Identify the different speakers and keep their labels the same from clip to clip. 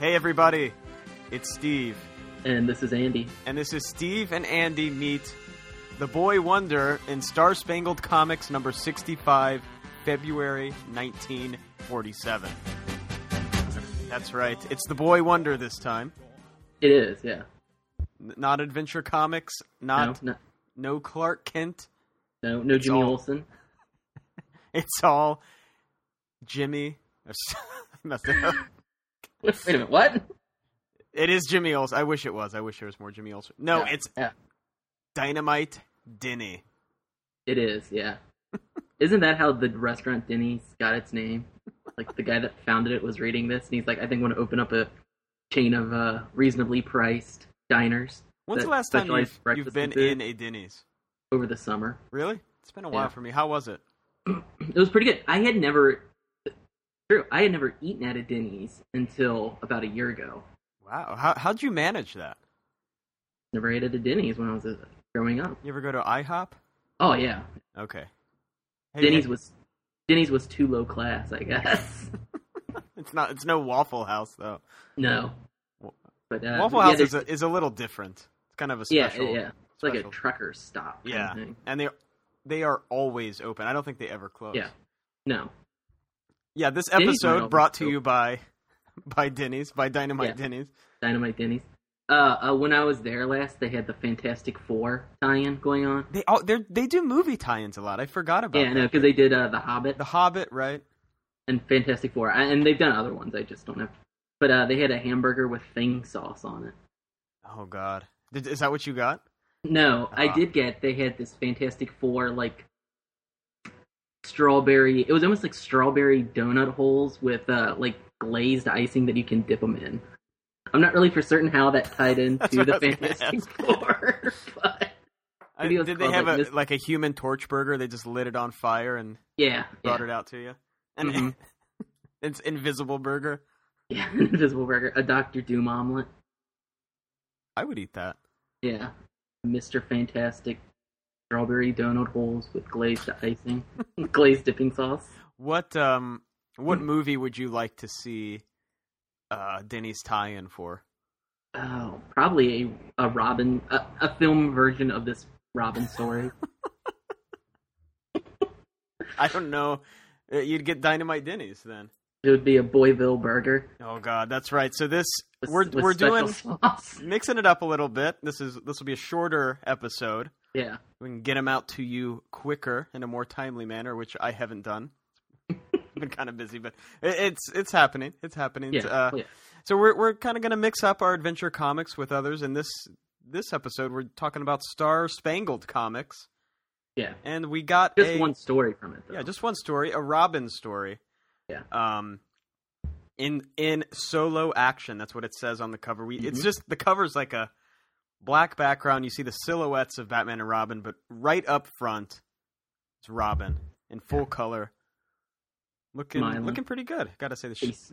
Speaker 1: Hey, everybody, it's Steve.
Speaker 2: And this is Andy.
Speaker 1: And this is Steve and Andy meet the Boy Wonder in Star Spangled Comics number 65, February 1947. That's right, it's the Boy Wonder this time.
Speaker 2: It is, yeah.
Speaker 1: N- Not Adventure Comics, not
Speaker 2: no,
Speaker 1: no, Clark Kent.
Speaker 2: no, no, no Jimmy
Speaker 1: all-
Speaker 2: Olsen.
Speaker 1: It's all Jimmy. I messed it up.
Speaker 2: Wait a minute, what?
Speaker 1: It is Jimmy Olsen. I wish it was. I wish there was more Jimmy Olsen. No,
Speaker 2: Yeah,
Speaker 1: it's
Speaker 2: yeah.
Speaker 1: Dynamite Denny.
Speaker 2: It is, yeah. Isn't that how the restaurant Denny's got its name? Like the guy that founded it was reading this, and he's like, "I think I want to open up a chain of uh, reasonably priced diners
Speaker 1: When's
Speaker 2: That
Speaker 1: the last time
Speaker 2: specialized
Speaker 1: you've,
Speaker 2: breakfast
Speaker 1: you've been
Speaker 2: food.
Speaker 1: in a Denny's?
Speaker 2: over the summer."
Speaker 1: Really? It's been a while
Speaker 2: Yeah.
Speaker 1: for me. How was it?
Speaker 2: It was pretty good. I had never, true, I had never eaten at a Denny's until about a year ago.
Speaker 1: Wow. How, how'd you manage that?
Speaker 2: Never ate at a Denny's when I was uh, growing up.
Speaker 1: You ever go to IHOP?
Speaker 2: Oh yeah,
Speaker 1: Okay. Hey,
Speaker 2: Denny's
Speaker 1: yeah,
Speaker 2: was Denny's was too low class, I guess.
Speaker 1: It's not. It's no Waffle House though.
Speaker 2: no,
Speaker 1: Wa-
Speaker 2: but uh,
Speaker 1: Waffle
Speaker 2: yeah,
Speaker 1: House is
Speaker 2: there's-
Speaker 1: a, is a little different. It's kind of a
Speaker 2: yeah,
Speaker 1: special.
Speaker 2: yeah, yeah. It's like a
Speaker 1: special.
Speaker 2: trucker stop. Kind
Speaker 1: Yeah.
Speaker 2: Of thing.
Speaker 1: And they they are always open. I don't think they ever close.
Speaker 2: Yeah. No.
Speaker 1: Yeah. This
Speaker 2: Denny's might
Speaker 1: episode
Speaker 2: always
Speaker 1: brought to
Speaker 2: open.
Speaker 1: you by by Denny's by Dynamite
Speaker 2: Yeah.
Speaker 1: Denny's.
Speaker 2: Dynamite Denny's. Uh, uh, when I was there last, they had the Fantastic Four tie-in going on.
Speaker 1: They oh they they do movie tie-ins a lot. I forgot about
Speaker 2: yeah,
Speaker 1: that.
Speaker 2: no, because they did uh, the Hobbit
Speaker 1: The Hobbit, right?
Speaker 2: and Fantastic Four, I, and they've done other ones. I just don't know. But uh, they had a hamburger with thing sauce on it.
Speaker 1: Oh God, Did, is that what you got?
Speaker 2: No, I
Speaker 1: Ah.
Speaker 2: did get. They had this Fantastic Four like strawberry. It was almost like strawberry donut holes with uh, like glazed icing that you can dip them in. I'm not really for certain how that tied
Speaker 1: That's
Speaker 2: into
Speaker 1: what
Speaker 2: the
Speaker 1: I was gonna
Speaker 2: Fantastic
Speaker 1: ask.
Speaker 2: Four, but
Speaker 1: I,
Speaker 2: Videos
Speaker 1: did they
Speaker 2: called,
Speaker 1: have
Speaker 2: like,
Speaker 1: a
Speaker 2: Miss-
Speaker 1: like a human torch burger? They just lit it on fire and
Speaker 2: yeah,
Speaker 1: brought
Speaker 2: yeah,
Speaker 1: it out to you. And
Speaker 2: Mhm.
Speaker 1: it's invisible burger.
Speaker 2: yeah, an Invisible Burger, a Doctor Doom omelet,
Speaker 1: I would eat that.
Speaker 2: yeah, Mister Fantastic strawberry donut holes with glazed icing, glazed dipping sauce.
Speaker 1: What um
Speaker 2: Mm.
Speaker 1: what movie would you like to see uh Denny's tie-in for?
Speaker 2: Oh, probably a, a Robin, a, a film version of this Robin story.
Speaker 1: I don't know. Uh, You'd get Dynamite Denny's then.
Speaker 2: it would be a Boyville burger.
Speaker 1: Oh God, that's right. So this
Speaker 2: With,
Speaker 1: we're
Speaker 2: with
Speaker 1: we're
Speaker 2: special
Speaker 1: doing
Speaker 2: sauce.
Speaker 1: mixing it up a little bit. This is this will be a shorter episode.
Speaker 2: Yeah,
Speaker 1: We can get them out to you quicker in a more timely manner, which I haven't done. I've been kind of busy, but it, it's it's happening. It's happening.
Speaker 2: yeah,
Speaker 1: Uh,
Speaker 2: yeah.
Speaker 1: So we're we're kind of going to mix up our adventure comics with others, and this this episode we're talking about Star Spangled Comics,
Speaker 2: yeah.
Speaker 1: and we got
Speaker 2: Just
Speaker 1: a,
Speaker 2: one story from it. Though.
Speaker 1: yeah just one story, a Robin story.
Speaker 2: Yeah.
Speaker 1: Um. In in solo action, that's what it says on the cover. We it's
Speaker 2: Mhm.
Speaker 1: just the cover's like a black background. You see the silhouettes of Batman and Robin, but right up front, it's Robin in full color, looking
Speaker 2: Smiling.
Speaker 1: looking pretty good. Got to say the sh-
Speaker 2: he's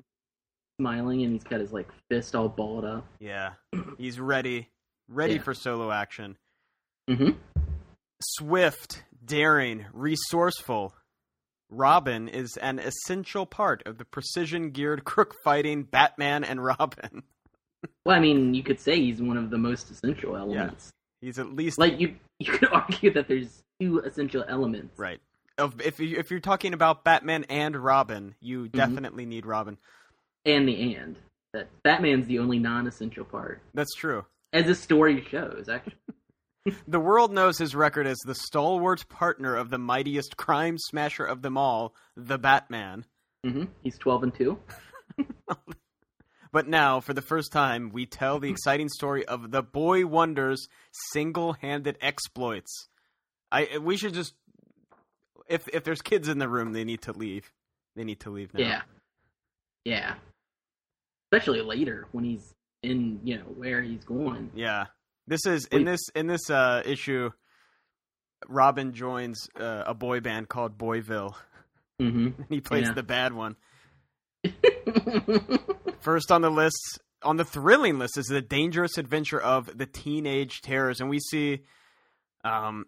Speaker 2: smiling and he's got his like fist all balled up.
Speaker 1: Yeah. He's ready. Ready
Speaker 2: Yeah.
Speaker 1: for solo action.
Speaker 2: Mhm.
Speaker 1: Swift, daring, resourceful. Robin is an essential part of the precision geared crook fighting Batman and Robin.
Speaker 2: Well, I mean, you could say he's one of the most essential elements.
Speaker 1: He's at least
Speaker 2: Like you, you could argue that there's two essential elements.
Speaker 1: right. Of if you if you're talking about Batman and Robin, you
Speaker 2: Mm-hmm.
Speaker 1: definitely need Robin.
Speaker 2: And the and that Batman's the only non-essential part,
Speaker 1: That's true.
Speaker 2: as this story shows. Actually,
Speaker 1: The world knows his record as the stalwart partner of the mightiest crime smasher of them all, the Batman. Mm-hmm.
Speaker 2: hmm he's twelve and two.
Speaker 1: But now, for the first time, we tell the exciting story of the Boy Wonder's single-handed exploits. I we should just if if there's kids in the room, they need to leave. They need to leave now.
Speaker 2: Yeah. Yeah. Especially later when he's in, you know, where he's going.
Speaker 1: Yeah. This is in
Speaker 2: Wait.
Speaker 1: this in this uh, issue. Robin joins uh, a boy band called Boyville,
Speaker 2: Mm-hmm.
Speaker 1: and he plays
Speaker 2: Yeah.
Speaker 1: the bad one. First on the list, on the thrilling list, is the dangerous adventure of the teenage terrors, and we see um,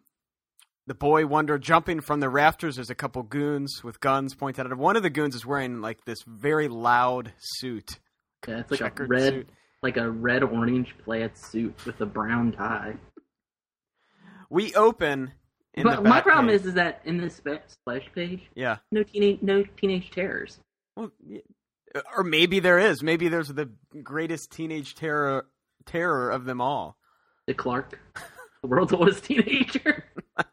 Speaker 1: the boy wonder jumping from the rafters. There's a couple goons with guns pointed at him. One of the goons is wearing like this very loud suit,
Speaker 2: Yeah, it's like
Speaker 1: checkered
Speaker 2: a red,
Speaker 1: suit.
Speaker 2: like a red orange plaid suit with a brown tie.
Speaker 1: We open. In
Speaker 2: but
Speaker 1: the
Speaker 2: my
Speaker 1: back
Speaker 2: problem
Speaker 1: page.
Speaker 2: is, is that in this spa- splash page,
Speaker 1: yeah.
Speaker 2: no teenage, no teenage terrors.
Speaker 1: Well, y- or maybe there is. Maybe there's the greatest teenage terror terror of them all.
Speaker 2: The Clark, the world's oldest teenager.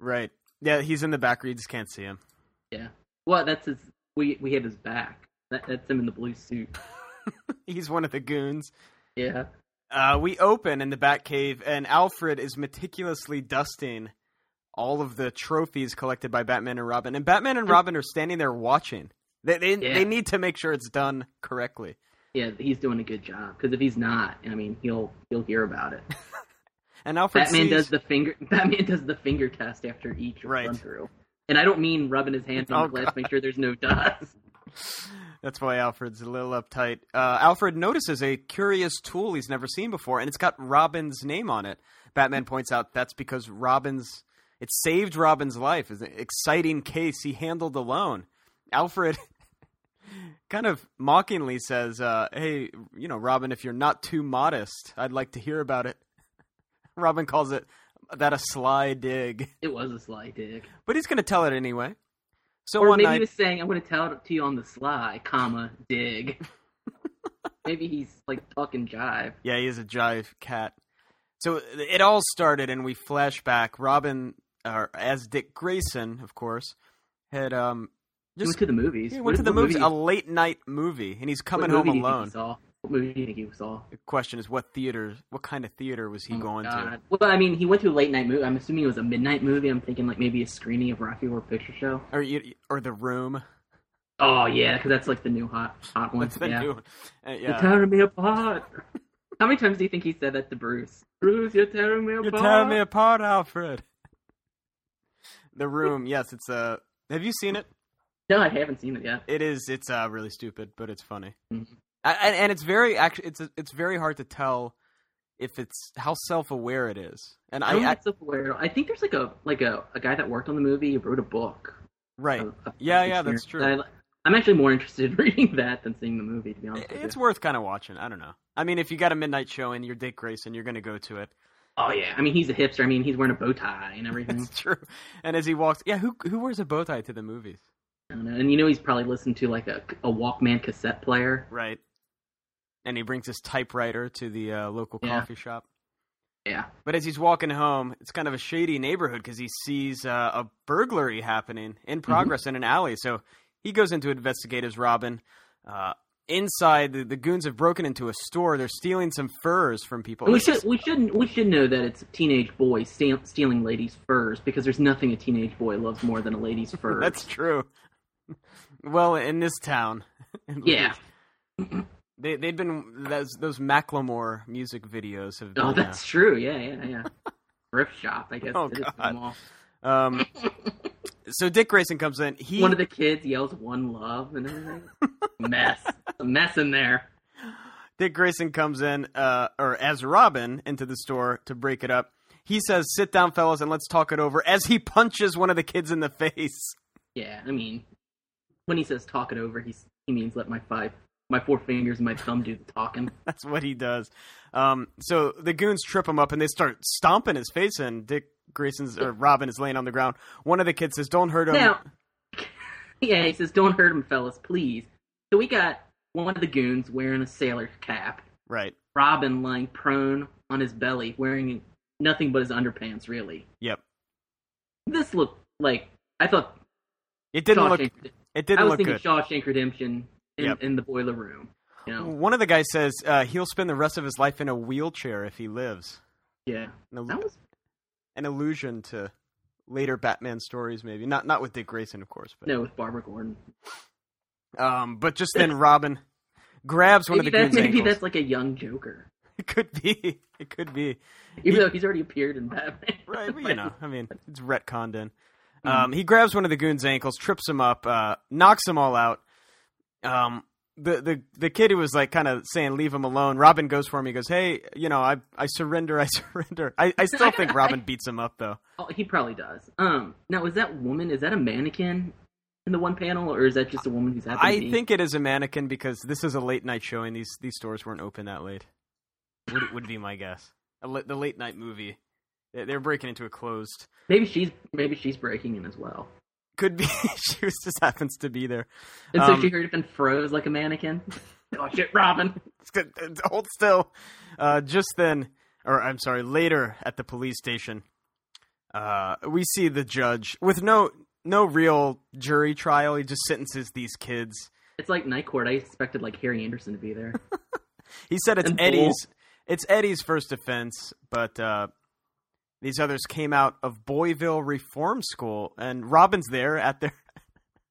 Speaker 1: Right. Yeah, he's in the back. You just can't see him.
Speaker 2: Well, that's his. We we have his back. That, that's him in the blue suit.
Speaker 1: He's one of the goons.
Speaker 2: Yeah.
Speaker 1: Uh, we open in the Batcave, and Alfred is meticulously dusting all of the trophies collected by Batman and Robin. And Batman and Robin are standing there watching. They they,
Speaker 2: Hmm. Yeah.
Speaker 1: they need to make sure it's done correctly.
Speaker 2: Yeah, he's doing a good job. Because if he's not, I mean, he'll he'll hear about it.
Speaker 1: And Alfred
Speaker 2: Batman
Speaker 1: sees,
Speaker 2: does the finger. Batman does the finger test after each
Speaker 1: Right.
Speaker 2: run through. And I don't mean rubbing his hand on
Speaker 1: Oh,
Speaker 2: the glass to make sure there's no dust.
Speaker 1: That's why Alfred's a little uptight. Uh, Alfred notices a curious tool he's never seen before, and it's got Robin's name on it. Batman points out that's because Robin's it saved Robin's life. It's an exciting case he handled alone. Alfred kind of mockingly says, uh, "Hey, you know, Robin, if you're not too modest, I'd like to hear about it." Robin calls it that a sly dig,
Speaker 2: It was a sly dig.
Speaker 1: but he's going to tell it anyway. So
Speaker 2: Or
Speaker 1: one
Speaker 2: maybe
Speaker 1: night,
Speaker 2: he was saying, "I'm going to tell it to you on the sly, comma dig." maybe he's like talking jive.
Speaker 1: Yeah, he is a jive cat. So it all started, and we flash back. Robin, or as Dick Grayson, of course, had um
Speaker 2: He went
Speaker 1: just
Speaker 2: to the movies.
Speaker 1: he
Speaker 2: What-
Speaker 1: went to the
Speaker 2: what
Speaker 1: movies,
Speaker 2: movie-
Speaker 1: a late night movie, and he's coming
Speaker 2: what
Speaker 1: home
Speaker 2: movie do you think he
Speaker 1: alone.
Speaker 2: saw? What movie do you think he saw?
Speaker 1: The question is, what theater? What kind of theater was he
Speaker 2: Oh my
Speaker 1: going to?
Speaker 2: God. Well, I mean, he went to a late night movie. I'm assuming it was a midnight movie. I'm thinking like maybe a screening of Rocky Horror Picture Show.
Speaker 1: Or you, or the room?
Speaker 2: Oh yeah, because that's like the new hot hot one.
Speaker 1: That's the
Speaker 2: Oh, yeah.
Speaker 1: new one. Uh,
Speaker 2: You're
Speaker 1: yeah.
Speaker 2: tearing me apart. How many times do you think he said that to Bruce? Bruce, you're tearing me
Speaker 1: You're
Speaker 2: apart.
Speaker 1: tearing me apart, Alfred. The room. Yes, it's Uh, have you seen it?
Speaker 2: No, I haven't seen it yet.
Speaker 1: It is. It's uh, really stupid, but it's funny,
Speaker 2: Mhm.
Speaker 1: I, and, and it's very actually. It's it's very hard to tell if it's how self aware it is. And
Speaker 2: I, don't
Speaker 1: I, I
Speaker 2: think it's aware. I think there's like a like a, a guy that worked on the movie He wrote a book.
Speaker 1: right,
Speaker 2: of- of
Speaker 1: Yeah,
Speaker 2: his
Speaker 1: yeah, that's
Speaker 2: experience. I, am actually more interested in reading that than seeing the movie. To be honest, with
Speaker 1: it's
Speaker 2: you.
Speaker 1: worth kind of watching. I don't know. I mean, if you got a midnight show and you're Dick Grayson, you're going to go to it.
Speaker 2: oh yeah, I mean he's a hipster. I mean he's wearing a bow tie and everything.
Speaker 1: It's true. And as he walks, yeah, who who wears a bow tie to the movies?
Speaker 2: I don't know. And you know he's probably listened to like a, a Walkman cassette player.
Speaker 1: Right. And he brings his typewriter to the uh, local
Speaker 2: Yeah.
Speaker 1: coffee shop.
Speaker 2: Yeah.
Speaker 1: But as he's walking home, it's kind of a shady neighborhood because he sees uh, a burglary happening in
Speaker 2: Mm-hmm.
Speaker 1: progress in an alley. So he goes in to investigate as Robin. Uh, inside, the, the goons have broken into a store. They're stealing some furs from people.
Speaker 2: And we
Speaker 1: This is-
Speaker 2: should we should we should know that it's teenage boys steal, stealing ladies' furs because there's nothing a teenage boy loves more than a lady's fur.
Speaker 1: That's true. well, in this town, at
Speaker 2: yeah.
Speaker 1: least, they they'd been those those Macklemore music videos have been.
Speaker 2: Oh,
Speaker 1: uh,
Speaker 2: that's true. Yeah, yeah, yeah. Thrift shop, I guess.
Speaker 1: Oh,
Speaker 2: it is
Speaker 1: God.
Speaker 2: small.
Speaker 1: um, so Dick Grayson comes in. He
Speaker 2: One of the kids yells "One Love" and everything. mess, a mess in there.
Speaker 1: Dick Grayson comes in, uh, or as Robin, into the store to break it up. He says, "Sit down, fellas, and let's talk it over." As he punches one of the kids in the face.
Speaker 2: Yeah, I mean, when he says "talk it over," he's, he means let my five, my four fingers, and my thumb do the talking.
Speaker 1: That's what he does. Um, so the goons trip him up, and they start stomping his face. And Dick Grayson's or Robin is laying on the ground. One of the kids says, "Don't hurt him."
Speaker 2: Now, yeah, he says, "Don't hurt him, fellas, please." So we got one of the goons wearing a sailor cap,
Speaker 1: Right.
Speaker 2: Robin lying prone on his belly, wearing nothing but his underpants. Really,
Speaker 1: Yep.
Speaker 2: this looked like I thought.
Speaker 1: It didn't look.
Speaker 2: Shawshank-
Speaker 1: It
Speaker 2: I
Speaker 1: didn't
Speaker 2: was
Speaker 1: look
Speaker 2: thinking
Speaker 1: good.
Speaker 2: Shawshank Redemption in,
Speaker 1: Yep.
Speaker 2: in the boiler room. You know,
Speaker 1: One of the guys says uh, he'll spend the rest of his life in a wheelchair if he lives.
Speaker 2: yeah,
Speaker 1: An, al-
Speaker 2: that was
Speaker 1: an allusion to later Batman stories, maybe not not with Dick Grayson, of course, but
Speaker 2: no with Barbara Gordon.
Speaker 1: um, but just then Robin grabs one
Speaker 2: Maybe,
Speaker 1: of the
Speaker 2: that,
Speaker 1: goons'
Speaker 2: maybe
Speaker 1: ankles.
Speaker 2: that's like a young Joker,
Speaker 1: It could be. It could be.
Speaker 2: even though he's already appeared in Batman.
Speaker 1: Right, but you know, I mean, it's retconned in.
Speaker 2: Mhm.
Speaker 1: Um, he grabs one of the goons' ankles, trips him up, uh, knocks them all out. Um, the the the kid who was like kind of saying leave him alone. Robin goes for him. He goes, hey, you know, I I surrender, I surrender. I, I still think Robin beats him up though.
Speaker 2: Oh, he probably does. Um, now is that woman? Is that a mannequin? in the one panel, or is that just a woman who's happy?
Speaker 1: I think it is a mannequin because this is a late night show and these these stores weren't open that late. Would would be my guess. A, la- the late night movie, They- they're breaking into a closed.
Speaker 2: maybe she's maybe she's breaking in as well,
Speaker 1: Could be she was, just happens to be there.
Speaker 2: and
Speaker 1: Um,
Speaker 2: so she heard up and froze like a mannequin. oh shit, Robin!
Speaker 1: Hold still. Uh, just then, or I'm sorry, later at the police station, uh, we see the judge with no no real jury trial. He just sentences these kids.
Speaker 2: It's like night court. I expected like Harry Anderson to be there.
Speaker 1: He said it's
Speaker 2: And Bull.
Speaker 1: Eddie's. It's Eddie's first offense, but uh, these others came out of Boyville Reform School, and Robin's there at their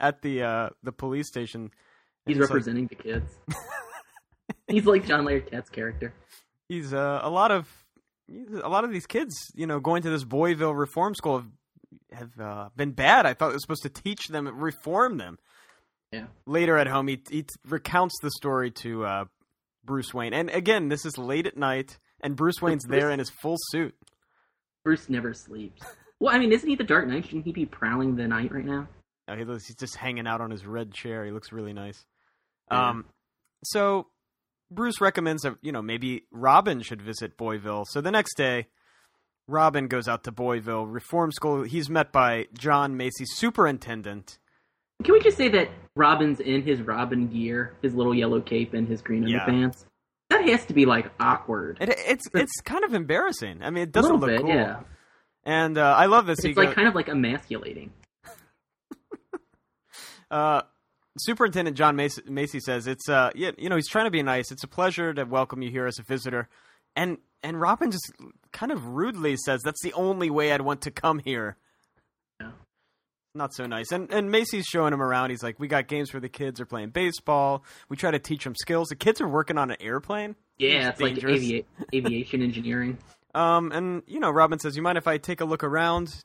Speaker 1: at the uh, the police station. And
Speaker 2: He's
Speaker 1: it's like-
Speaker 2: representing the kids. He's like John Larroquette's character.
Speaker 1: he's uh, a lot of a lot of these kids, you know, going to this Boyville Reform School have have uh, been bad. I thought it was supposed to teach them, reform them.
Speaker 2: Yeah.
Speaker 1: Later at home, he he recounts the story to uh, Bruce Wayne, and again, this is late at night, and Bruce Wayne's there in his full suit.
Speaker 2: Bruce never sleeps. Well, I mean, isn't he the Dark Knight? Shouldn't he be prowling the night right now?
Speaker 1: Oh, he looks, he's just hanging out on his red chair. He looks really nice.
Speaker 2: Yeah.
Speaker 1: Um, so Bruce recommends that you know maybe Robin should visit Boyville. So the next day, Robin goes out to Boyville Reform School. He's met by John Macy, superintendent.
Speaker 2: Can we just say that Robin's in his Robin gear, his little yellow cape and his green
Speaker 1: Yeah.
Speaker 2: underpants? That has to be like awkward.
Speaker 1: It, it's it's kind of embarrassing. I mean, it doesn't
Speaker 2: a
Speaker 1: look
Speaker 2: little
Speaker 1: cool.
Speaker 2: bit, yeah.
Speaker 1: And uh, I love this.
Speaker 2: It's
Speaker 1: He
Speaker 2: like
Speaker 1: go-
Speaker 2: kind of like emasculating.
Speaker 1: Uh, Superintendent John Macy, Macy says it's uh yeah, you know he's trying to be nice. It's a pleasure to welcome you here as a visitor, and and Robin just kind of rudely says that's the only way I'd want to come here.
Speaker 2: Yeah.
Speaker 1: Not so nice. And and Macy's showing him around. He's like, we got games for the kids. They're playing baseball. We try to teach them skills. The kids are working on an airplane.
Speaker 2: Yeah, it's like
Speaker 1: dangerous.
Speaker 2: avi- aviation engineering.
Speaker 1: Um, and you know Robin says, you mind if I take a look around?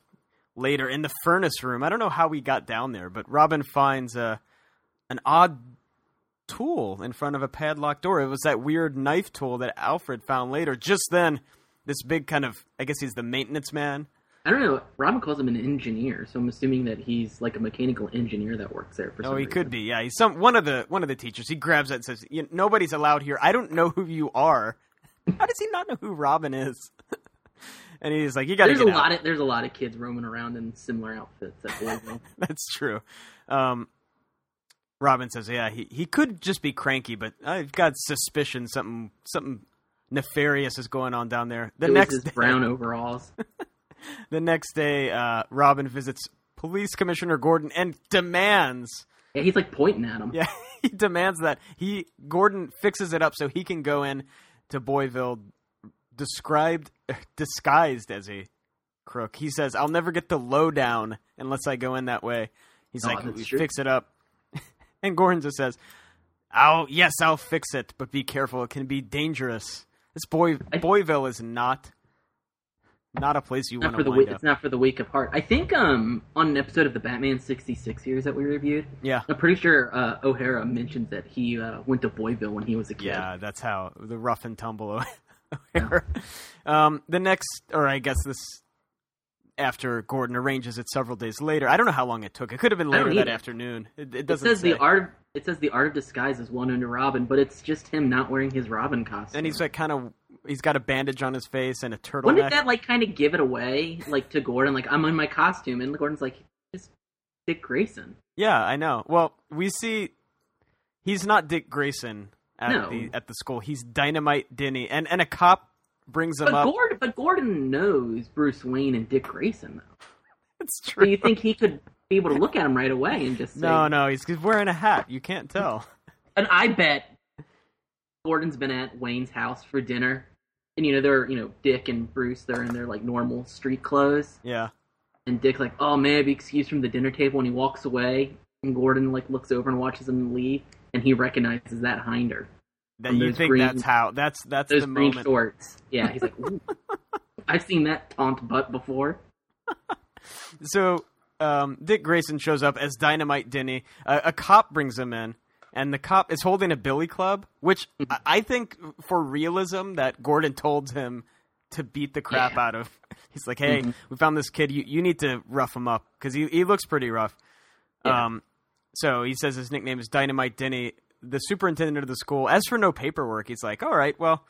Speaker 1: later in the furnace room. I don't know how we got down there, but Robin finds a an odd tool in front of a padlocked door. It was that weird knife tool that Alfred found later. Just then, this big kind of I guess he's the maintenance man.
Speaker 2: I don't know. Robin calls him an engineer, so I'm assuming that he's like a mechanical engineer that works there. For
Speaker 1: Oh,
Speaker 2: some
Speaker 1: he
Speaker 2: reason.
Speaker 1: could be. Yeah, he's some one of the one of the teachers. He grabs that and says, "You- "Nobody's allowed here. I don't know who you are." How does he not know who Robin is? and he's like, "You got to
Speaker 2: There's
Speaker 1: get
Speaker 2: a
Speaker 1: out."
Speaker 2: lot of there's a lot of kids roaming around in similar outfits at Louisville.
Speaker 1: That's true. Um, Robin says, "Yeah, he, he could just be cranky, but I've got suspicion something something nefarious is going on down there." The
Speaker 2: it was
Speaker 1: next
Speaker 2: his
Speaker 1: day,
Speaker 2: brown overalls.
Speaker 1: the next day, uh, Robin visits Police Commissioner Gordon and demands
Speaker 2: Yeah, he's like pointing at him.
Speaker 1: yeah he demands that he Gordon fixes it up so he can go in to Boyville described disguised as a crook. He says, "I'll never get the lowdown unless I go in that way." He's
Speaker 2: Oh,
Speaker 1: like,
Speaker 2: that's
Speaker 1: "We
Speaker 2: true.
Speaker 1: "Fix it up," and Gordon just says, "I'll yes, I'll fix it, but be careful. It can be dangerous. This boy
Speaker 2: I-
Speaker 1: Boyville is not." Not a place you
Speaker 2: Not
Speaker 1: want
Speaker 2: for
Speaker 1: to
Speaker 2: the
Speaker 1: wind
Speaker 2: weak,
Speaker 1: up.
Speaker 2: it's not for the weak of heart. I think um on an episode of the Batman sixty six series that we reviewed,
Speaker 1: Yeah,
Speaker 2: I'm pretty sure uh, O'Hara mentions that he uh, went to Boyville when he was a kid.
Speaker 1: Yeah, that's how the rough and tumble. affair. um, the next, or I guess this after Gordon arranges it several days later. I don't know how long it took. It could have been
Speaker 2: I don't
Speaker 1: later that
Speaker 2: either.
Speaker 1: afternoon. It, it
Speaker 2: It
Speaker 1: doesn't
Speaker 2: says
Speaker 1: say.
Speaker 2: the art. Of, it says the art of disguise is one under Robin, but it's just him not wearing his Robin costume.
Speaker 1: and he's like kind of he's got a bandage on his face and a
Speaker 2: when
Speaker 1: turtleneck.
Speaker 2: did that like kind of give it away, like to Gordon? Like I'm in my costume, and Gordon's like, just Dick Grayson.
Speaker 1: yeah, I know. Well, we see he's not Dick Grayson at
Speaker 2: No.
Speaker 1: the at the school. He's Dynamite Denny, and and a cop brings him
Speaker 2: But
Speaker 1: up.
Speaker 2: Gordon, but Gordon knows Bruce Wayne and Dick Grayson, though.
Speaker 1: it's
Speaker 2: So
Speaker 1: true.
Speaker 2: you think he could be able to look at him right away and just say,
Speaker 1: No, no, he's, he's wearing a hat. You can't tell.
Speaker 2: And I bet Gordon's been at Wayne's house for dinner. And you know, they're you know, Dick and Bruce, they're in their like normal street clothes.
Speaker 1: Yeah.
Speaker 2: And Dick's like, Oh may I be excused from the dinner table and he walks away and Gordon like looks over and watches him leave and he recognizes that hinder.
Speaker 1: That
Speaker 2: From
Speaker 1: you
Speaker 2: those
Speaker 1: think
Speaker 2: green-
Speaker 1: that's how that's that's
Speaker 2: Those
Speaker 1: the
Speaker 2: green
Speaker 1: moment.
Speaker 2: shorts. Yeah, he's like, Ooh, I've seen that taunt butt before.
Speaker 1: so um, Dick Grayson shows up as Dynamite Denny. A, a cop brings him in, and the cop is holding a billy club, which I- I think for realism that Gordon told him to beat the crap
Speaker 2: Yeah. Mm-hmm.
Speaker 1: out of. He's like, "Hey, we found this kid. You you need to rough him up because he he looks pretty rough."
Speaker 2: Yeah.
Speaker 1: Um, so he says his nickname is Dynamite Denny. The superintendent of the school, as for no paperwork, he's like, all right, well,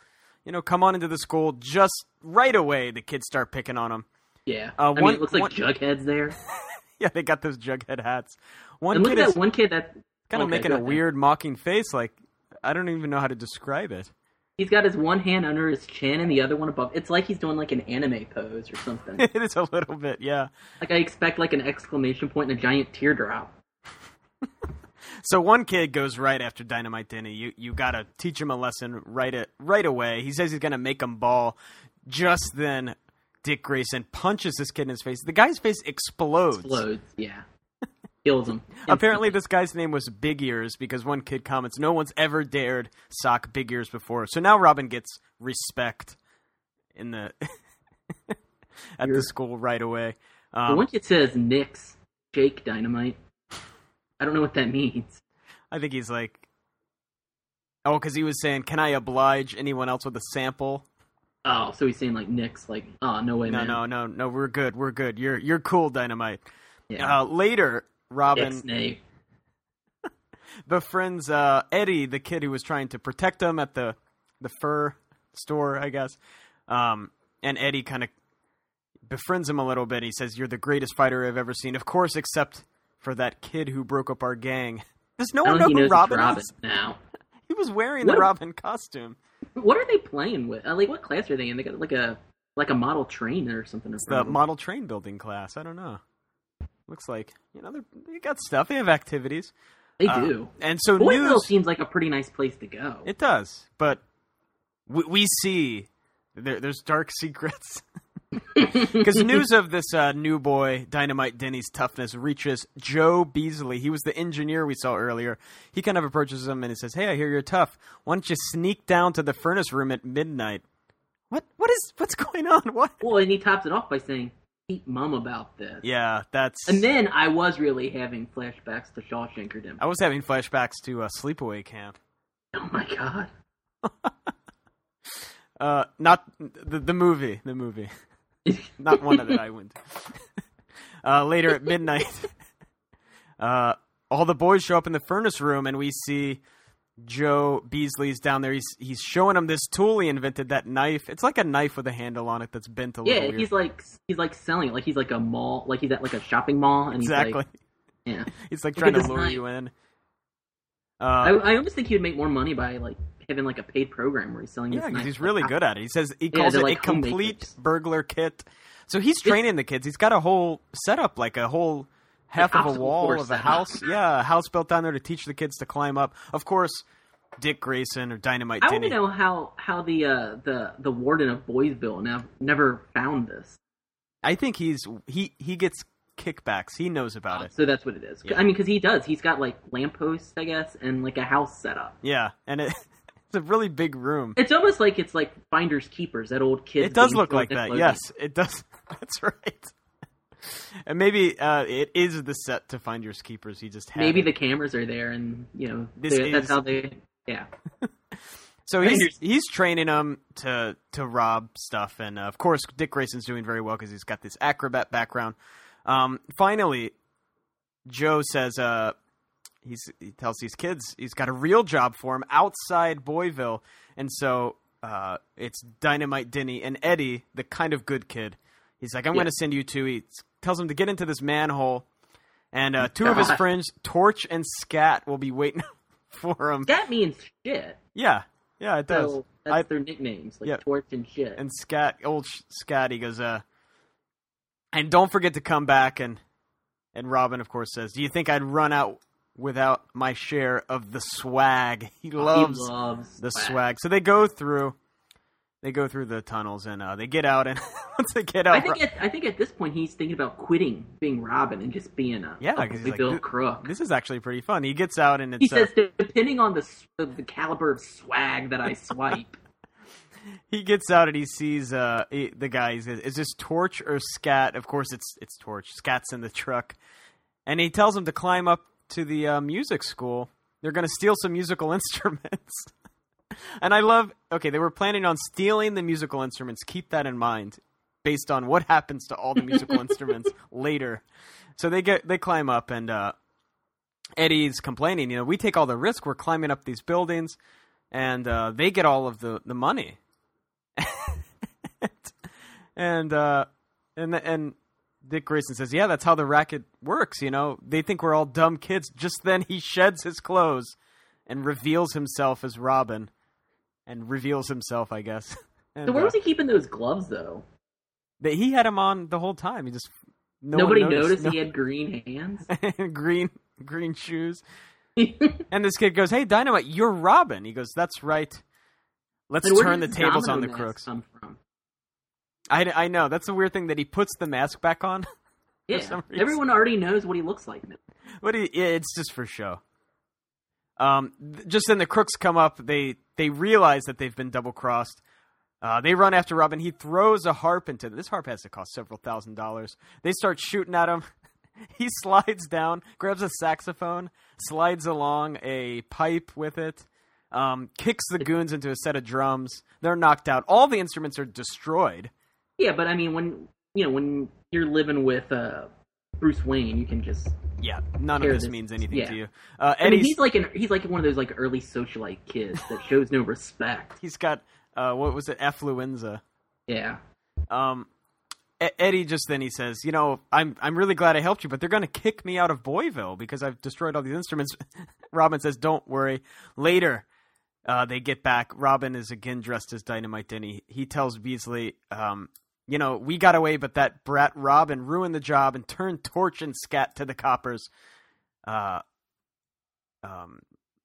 Speaker 1: you know, come on into the school just right away. The kids start picking on him.
Speaker 2: Yeah.
Speaker 1: Uh,
Speaker 2: I mean,
Speaker 1: one-
Speaker 2: it looks like
Speaker 1: one-
Speaker 2: Jughead's there.
Speaker 1: Yeah, they got those jughead hats. One
Speaker 2: and look
Speaker 1: kid
Speaker 2: at
Speaker 1: is
Speaker 2: that one kid that
Speaker 1: kind of
Speaker 2: okay,
Speaker 1: making
Speaker 2: go
Speaker 1: a
Speaker 2: ahead.
Speaker 1: weird mocking face. Like, I don't even know how to describe it.
Speaker 2: He's got his one hand under his chin and the other one above. It's like he's doing like an anime pose or something.
Speaker 1: it is a little bit, yeah.
Speaker 2: like I expect like an exclamation point and a giant teardrop.
Speaker 1: So one kid goes right after Dynamite Denny. You you gotta teach him a lesson right a, right away. He says he's gonna make him ball. Just then, Dick Grayson punches this kid in his face. The guy's face explodes.
Speaker 2: Explodes. Yeah. Kills him.
Speaker 1: Apparently, this guy's name was Big Ears because one kid comments, "No one's ever dared sock Big Ears before." So now Robin gets respect in the at the
Speaker 2: You're-
Speaker 1: school right away.
Speaker 2: The
Speaker 1: Um,
Speaker 2: one kid says Nick's Jake Dynamite. I don't know what that means.
Speaker 1: I think he's like, oh, because he was saying, "Can I oblige anyone else with a sample?"
Speaker 2: Oh, so he's saying like Nick's like, oh no way,
Speaker 1: No,
Speaker 2: man.
Speaker 1: no, no, no. We're good. We're good. You're you're cool, Dynamite.
Speaker 2: Yeah.
Speaker 1: Uh, later,
Speaker 2: Nick's
Speaker 1: Robin
Speaker 2: name.
Speaker 1: befriends uh, Eddie, the kid who was trying to protect him at the the fur store, I guess. Um, and Eddie kind of befriends him a little bit. He says, "You're the greatest fighter I've ever seen, of course, except for that kid who broke up our gang." Does no
Speaker 2: I
Speaker 1: one
Speaker 2: don't think
Speaker 1: know
Speaker 2: Oh, he knows
Speaker 1: who
Speaker 2: it's
Speaker 1: Robin,
Speaker 2: Robin
Speaker 1: is?
Speaker 2: now.
Speaker 1: He was wearing the
Speaker 2: What?
Speaker 1: Robin costume.
Speaker 2: What are they playing with? Uh, like, what class are they in? They got like a like a model train or something. in
Speaker 1: It's
Speaker 2: front
Speaker 1: the
Speaker 2: of them.
Speaker 1: model train building class. I don't know. Looks like you know they're- they got stuff. They have activities.
Speaker 2: they
Speaker 1: uh,
Speaker 2: do.
Speaker 1: And so
Speaker 2: Boyville
Speaker 1: news
Speaker 2: seems like a pretty nice place to go.
Speaker 1: It does, but we, we see there, there's dark secrets because news of this uh, new boy, Dynamite Denny's toughness, reaches Joe Beasley. He was the engineer we saw earlier. He kind of approaches him and he says, "Hey, I hear you're tough. Why don't you sneak down to the furnace room at midnight?" What? What is? What's going on? What?
Speaker 2: well, and he tops it off by saying, "Eat mom about this."
Speaker 1: Yeah, that's.
Speaker 2: And then I was really having flashbacks to Shawshank Redemption.
Speaker 1: I was having flashbacks to uh, sleepaway camp.
Speaker 2: Oh my god.
Speaker 1: Uh, not the the movie, the movie, not one that I went. to. uh, later at midnight, uh, all the boys show up in the furnace room, and we see Joe Beasley's down there. He's he's showing them this tool he invented, that knife. It's like a knife with a handle on it that's bent a little.
Speaker 2: Yeah,
Speaker 1: weird.
Speaker 2: he's like he's like selling it. Like he's like a mall. Like he's at like a shopping mall. And he's
Speaker 1: exactly.
Speaker 2: Like, yeah.
Speaker 1: he's like
Speaker 2: Look
Speaker 1: trying
Speaker 2: at
Speaker 1: to
Speaker 2: this
Speaker 1: lure
Speaker 2: knife.
Speaker 1: you in.
Speaker 2: I,
Speaker 1: Uh,
Speaker 2: I almost think he would make more money by like having like a paid program where he's selling.
Speaker 1: yeah,
Speaker 2: this
Speaker 1: 'cause
Speaker 2: knife.
Speaker 1: he's really good at it. He says he
Speaker 2: Yeah,
Speaker 1: calls
Speaker 2: they're
Speaker 1: it a
Speaker 2: like homemakers.
Speaker 1: complete burglar kit. So he's training the kids. He's got a whole setup, like a whole half of a
Speaker 2: obstacle
Speaker 1: wall
Speaker 2: course
Speaker 1: of a
Speaker 2: setup.
Speaker 1: house. Yeah, a house built down there to teach the kids to climb up. Of course, Dick Grayson or Dynamite
Speaker 2: I want
Speaker 1: Denny.
Speaker 2: to know how how the uh, the the warden of Boysville now never found this.
Speaker 1: I think he's he he gets kickbacks. He knows about it.
Speaker 2: So that's what it is.
Speaker 1: Yeah.
Speaker 2: I mean, because he does. He's got like lampposts, I guess, and like a house set up.
Speaker 1: Yeah, and it, it's a really big room.
Speaker 2: It's almost like it's like finders keepers. That old kid.
Speaker 1: It does look like that. Yes, it does. That's right. And maybe uh, it is the set to find your keepers. He just had
Speaker 2: Maybe
Speaker 1: it.
Speaker 2: the cameras are there, and you know
Speaker 1: This
Speaker 2: they- that's
Speaker 1: is-
Speaker 2: how they. Yeah.
Speaker 1: So
Speaker 2: I
Speaker 1: he's
Speaker 2: understand.
Speaker 1: he's training them to to rob stuff, and uh, of course Dick Grayson's doing very well because he's got this acrobat background. Um, finally, Joe says, uh, he's he tells these kids he's got a real job for him outside Boyville, and so uh, it's Dynamite Denny and Eddie, the kind of good kid. He's like, I'm
Speaker 2: Yeah.
Speaker 1: going to send you two. He tells him to get into this manhole, and uh, two of his
Speaker 2: God.
Speaker 1: friends, Torch and Scat, will be waiting for him.
Speaker 2: That means shit.
Speaker 1: Yeah, yeah, it does.
Speaker 2: So that's
Speaker 1: I-
Speaker 2: their nicknames, like
Speaker 1: Yeah.
Speaker 2: torch and shit.
Speaker 1: and Scat, old sh- Scat, he goes, uh, and don't forget to come back. And and Robin, of course, says, "Do you think I'd run out without my share of the swag?" He loves,
Speaker 2: Oh, he loves
Speaker 1: the swag. So they go through, they go through the tunnels, and uh, they get out. And once they get out,
Speaker 2: I think
Speaker 1: Ro-
Speaker 2: at, I think at this point he's thinking about quitting being Robin and just being a
Speaker 1: Yeah,
Speaker 2: a
Speaker 1: 'cause he's like,
Speaker 2: Bill
Speaker 1: "Dude,
Speaker 2: crook.
Speaker 1: this is actually pretty fun. He gets out, and it's
Speaker 2: he
Speaker 1: uh,
Speaker 2: says, depending on the s- the caliber of swag that I swipe,
Speaker 1: he gets out and he sees uh he- the guy. He says, "Is this Torch or Scat?" Of course, it's it's Torch. Scat's in the truck, and he tells him to climb up to the uh, music school. They're going to steal some musical instruments. and I love. Okay, they were planning on stealing the musical instruments. Keep that in mind, based on what happens to all the musical instruments later. So they get they climb up and uh, Eddie's complaining, you know, we take all the risk. We're climbing up these buildings, and uh, they get all of the the money. and uh, and and Dick Grayson says, "Yeah, that's how the racket works. You know, they think we're all dumb kids." Just then, he sheds his clothes and reveals himself as Robin, and reveals himself, I guess. And,
Speaker 2: So where
Speaker 1: uh,
Speaker 2: was he keeping those gloves though?
Speaker 1: that he had him on the whole time. He just no one
Speaker 2: Nobody
Speaker 1: noticed,
Speaker 2: noticed, he had green hands.
Speaker 1: No- green green shoes. And this kid goes, "Hey, Dynamite, you're Robin." He goes, "That's right. Let's
Speaker 2: And where
Speaker 1: turn the
Speaker 2: did this
Speaker 1: tables on
Speaker 2: domino
Speaker 1: the
Speaker 2: mask
Speaker 1: crooks."
Speaker 2: Come from?
Speaker 1: I, I know that's the weird thing that he puts the mask back on,
Speaker 2: Yeah,
Speaker 1: some reason.
Speaker 2: everyone already knows what he looks like now.
Speaker 1: but he, yeah, it's just for show. Um, th- just then the crooks come up. They they realize that they've been double crossed. Uh, they run after Robin. He throws a harp into them. This harp has to cost several thousand dollars. They start shooting at him. he slides down, grabs a saxophone, slides along a pipe with it, um, kicks the goons into a set of drums. They're knocked out. All the instruments are destroyed.
Speaker 2: Yeah, but I mean, when you know when you're living with uh, Bruce Wayne, you can just.
Speaker 1: Yeah, none
Speaker 2: Here
Speaker 1: of this
Speaker 2: this-
Speaker 1: means anything
Speaker 2: yeah.
Speaker 1: to you. Uh,
Speaker 2: I mean,
Speaker 1: Eddie's
Speaker 2: he's like an he's like one of those like early socialite kids that shows no respect.
Speaker 1: he's got uh, what was it, affluenza.
Speaker 2: Yeah,
Speaker 1: Um, E- Eddie just then he says, you know, I'm I'm really glad I helped you, but they're gonna kick me out of Boyville because I've destroyed all these instruments. Robin says, don't worry. Later, uh, they get back. Robin is again dressed as Dynamite Denny. He tells Beasley, um, you know, we got away, but that brat Robin ruined the job and turned torch and scat to the coppers. Uh, um,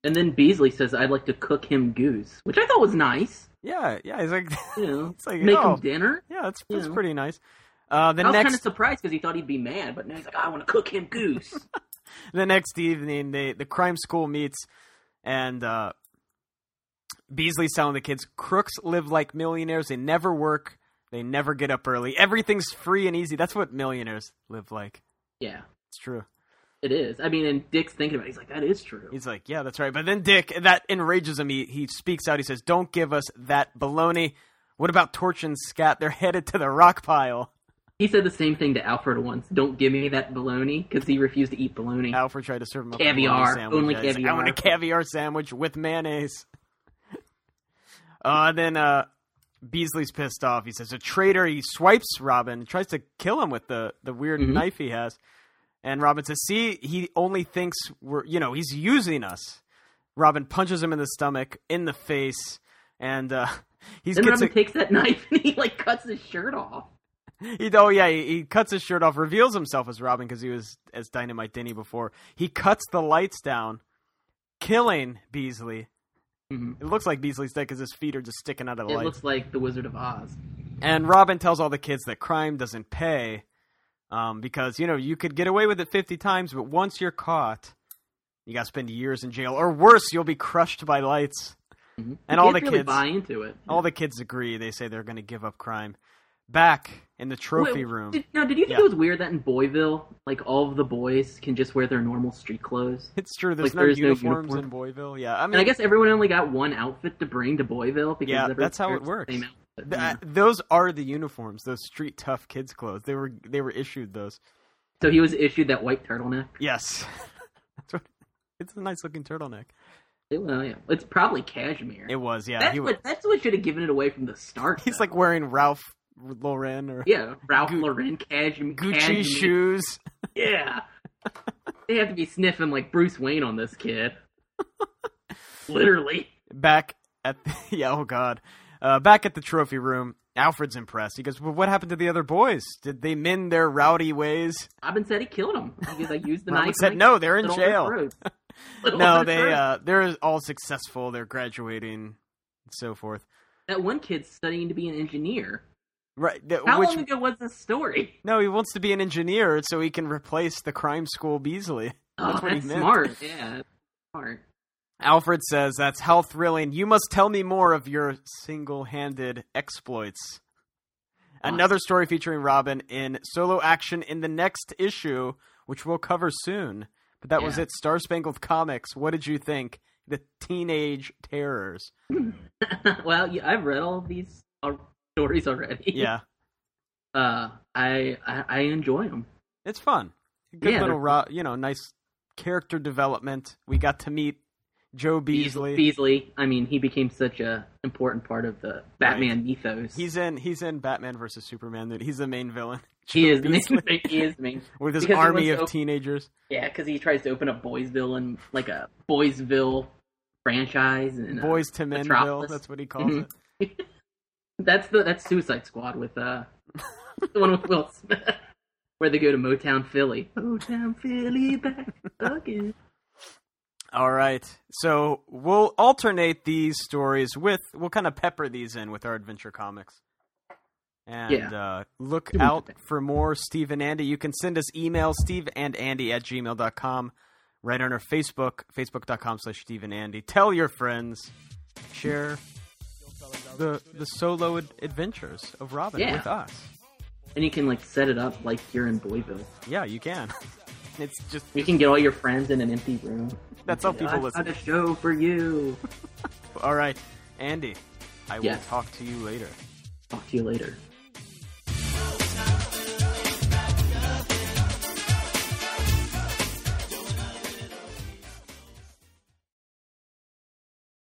Speaker 2: and then Beasley says, "I'd like to cook him goose," which I thought was nice.
Speaker 1: yeah, yeah. He's like,
Speaker 2: You know,
Speaker 1: It's like,
Speaker 2: make
Speaker 1: oh.
Speaker 2: him dinner.
Speaker 1: yeah, that's that's
Speaker 2: Yeah.
Speaker 1: pretty nice. Uh, the
Speaker 2: I was
Speaker 1: next
Speaker 2: kind of surprised because he thought he'd be mad, but now he's like, "I want to cook him goose."
Speaker 1: the next evening they the crime school meets and uh Beasley's telling the kids crooks live like millionaires they never work they never get up early everything's free and easy that's what millionaires live like
Speaker 2: yeah,
Speaker 1: it's true
Speaker 2: it is. I mean, and Dick's thinking about. it. He's like, "That is true."
Speaker 1: he's like yeah that's right but then dick that enrages him he, he speaks out he says don't give us that baloney what about torch and scat they're headed to the rock pile
Speaker 2: He said the same thing to Alfred once. Don't give me that bologna because he refused to eat bologna.
Speaker 1: Alfred tried to serve him up a
Speaker 2: Caviar.
Speaker 1: bologna sandwich.
Speaker 2: Only
Speaker 1: Yeah, he's like, I
Speaker 2: caviar.
Speaker 1: want a caviar sandwich with mayonnaise. Uh, then uh, Beasley's pissed off. He says a traitor. He swipes Robin, tries to kill him with the the weird
Speaker 2: Mhm.
Speaker 1: knife he has, and Robin says, "See, he only thinks we're you know he's using us." Robin punches him in the stomach, in the face, and uh, he's
Speaker 2: Then
Speaker 1: gets
Speaker 2: Robin
Speaker 1: a-
Speaker 2: takes that knife and he like cuts his shirt off.
Speaker 1: he oh yeah he, he cuts his shirt off reveals himself as robin because he was as dynamite denny before he cuts the lights down killing beasley
Speaker 2: Mhm.
Speaker 1: it looks like beasley's dead because his feet are just sticking out of the
Speaker 2: It
Speaker 1: lights
Speaker 2: looks like the Wizard of Oz.
Speaker 1: and robin tells all the kids that crime doesn't pay um, because you know you could get away with it 50 times but once you're caught you gotta spend years in jail or worse you'll be crushed by lights
Speaker 2: Mhm.
Speaker 1: and all the
Speaker 2: really
Speaker 1: kids
Speaker 2: buy into it.
Speaker 1: all the kids agree they say they're gonna give up crime back in the trophy
Speaker 2: Wait,
Speaker 1: room
Speaker 2: Did, now, did you think
Speaker 1: Yeah.
Speaker 2: it was weird that in Boyville, like all of the boys can just wear their normal street clothes?
Speaker 1: It's true. There's
Speaker 2: Like,
Speaker 1: no
Speaker 2: there's no
Speaker 1: uniforms
Speaker 2: uniform.
Speaker 1: in Boyville. Yeah, I mean,
Speaker 2: And I guess everyone only got one outfit to bring to Boyville because
Speaker 1: Yeah,
Speaker 2: everyone
Speaker 1: that's how
Speaker 2: wears
Speaker 1: it works.
Speaker 2: the same outfit.
Speaker 1: th-
Speaker 2: Yeah.
Speaker 1: uh, those are the uniforms. Those street tough kids clothes. They were they were issued those.
Speaker 2: So he was issued that white turtleneck.
Speaker 1: Yes, that's what. It's a nice looking turtleneck.
Speaker 2: It- well, yeah, it's probably cashmere.
Speaker 1: It was. Yeah,
Speaker 2: that's
Speaker 1: he was.
Speaker 2: what that's what should have given it away from the start.
Speaker 1: He's
Speaker 2: though.
Speaker 1: like wearing Ralph Lauren or
Speaker 2: yeah, Ralph
Speaker 1: Gu-
Speaker 2: Lauren cashmere,
Speaker 1: Gucci
Speaker 2: cashmere.
Speaker 1: shoes.
Speaker 2: Yeah. they have to be sniffing like Bruce Wayne on this kid. Literally.
Speaker 1: Back at the, yeah. Oh God. Uh, back at the trophy room, Alfred's impressed. He goes, "Well, what happened to the other boys? Did they mend their rowdy ways?"
Speaker 2: Robin said he killed him because I used the
Speaker 1: Robin
Speaker 2: knife.
Speaker 1: said,
Speaker 2: and I
Speaker 1: "No, they're in
Speaker 2: slit all their
Speaker 1: jail."
Speaker 2: throats." Slit all
Speaker 1: No,
Speaker 2: their
Speaker 1: they
Speaker 2: throats.
Speaker 1: uh, they're all successful. They're graduating, and so forth.
Speaker 2: That one kid's studying to be an engineer.
Speaker 1: Right. th-
Speaker 2: How
Speaker 1: which
Speaker 2: long ago was this story?
Speaker 1: No, he wants to be an engineer so he can replace the crime school Beasley.
Speaker 2: Oh,
Speaker 1: what he
Speaker 2: that's
Speaker 1: meant.
Speaker 2: smart. Yeah, that's smart.
Speaker 1: Alfred says, That's how thrilling. You must tell me more of your single handed exploits. Another story featuring Robin in solo action in the next issue, which we'll cover soon. But that was
Speaker 2: Yeah.
Speaker 1: it. Star Spangled Comics. What did you think? The Teenage Terrors.
Speaker 2: well, yeah, I've read all these uh, stories already.
Speaker 1: Yeah.
Speaker 2: Uh, I, I I enjoy them.
Speaker 1: It's fun. Good
Speaker 2: Yeah,
Speaker 1: little,
Speaker 2: they're-
Speaker 1: ro- you know, nice character development. We got to meet Joe Beasley.
Speaker 2: Beasley. I mean, he became such a important part of the Batman mythos.
Speaker 1: He's in he's in Batman versus Superman. Dude, he's the main villain
Speaker 2: he is the
Speaker 1: Beasley.
Speaker 2: main, he is the main.
Speaker 1: with his
Speaker 2: Because he
Speaker 1: army
Speaker 2: wants
Speaker 1: of
Speaker 2: to-
Speaker 1: teenagers.
Speaker 2: Yeah, because he tries to open up Boysville and like a Boysville franchise and uh,
Speaker 1: Boys to Menville.
Speaker 2: Metropolis.
Speaker 1: That's what he calls
Speaker 2: Mhm.
Speaker 1: it.
Speaker 2: That's the that's Suicide Squad with uh the one with Will Smith where they go to Motown Philly. Motown Philly back again.
Speaker 1: All right. So we'll alternate these stories with we'll kind of pepper these in with our adventure comics. And uh, look
Speaker 2: Give me
Speaker 1: out
Speaker 2: that.
Speaker 1: for more Steve and Andy. You can send us email Steve and Andy at gmail.com. Right on our Facebook, facebook.com slash Steve and Andy. Tell your friends. Share the the solo ad- adventures of Robin
Speaker 2: Yeah.
Speaker 1: with us.
Speaker 2: And you can like set it up like you're in Boyville.
Speaker 1: Yeah, you can. It's just
Speaker 2: You can get all your friends in an empty room.
Speaker 1: that's how people
Speaker 2: I've
Speaker 1: listen.
Speaker 2: Got a show for you.
Speaker 1: All right, Andy. I will
Speaker 2: Yes.
Speaker 1: talk to you later.
Speaker 2: Talk to you later.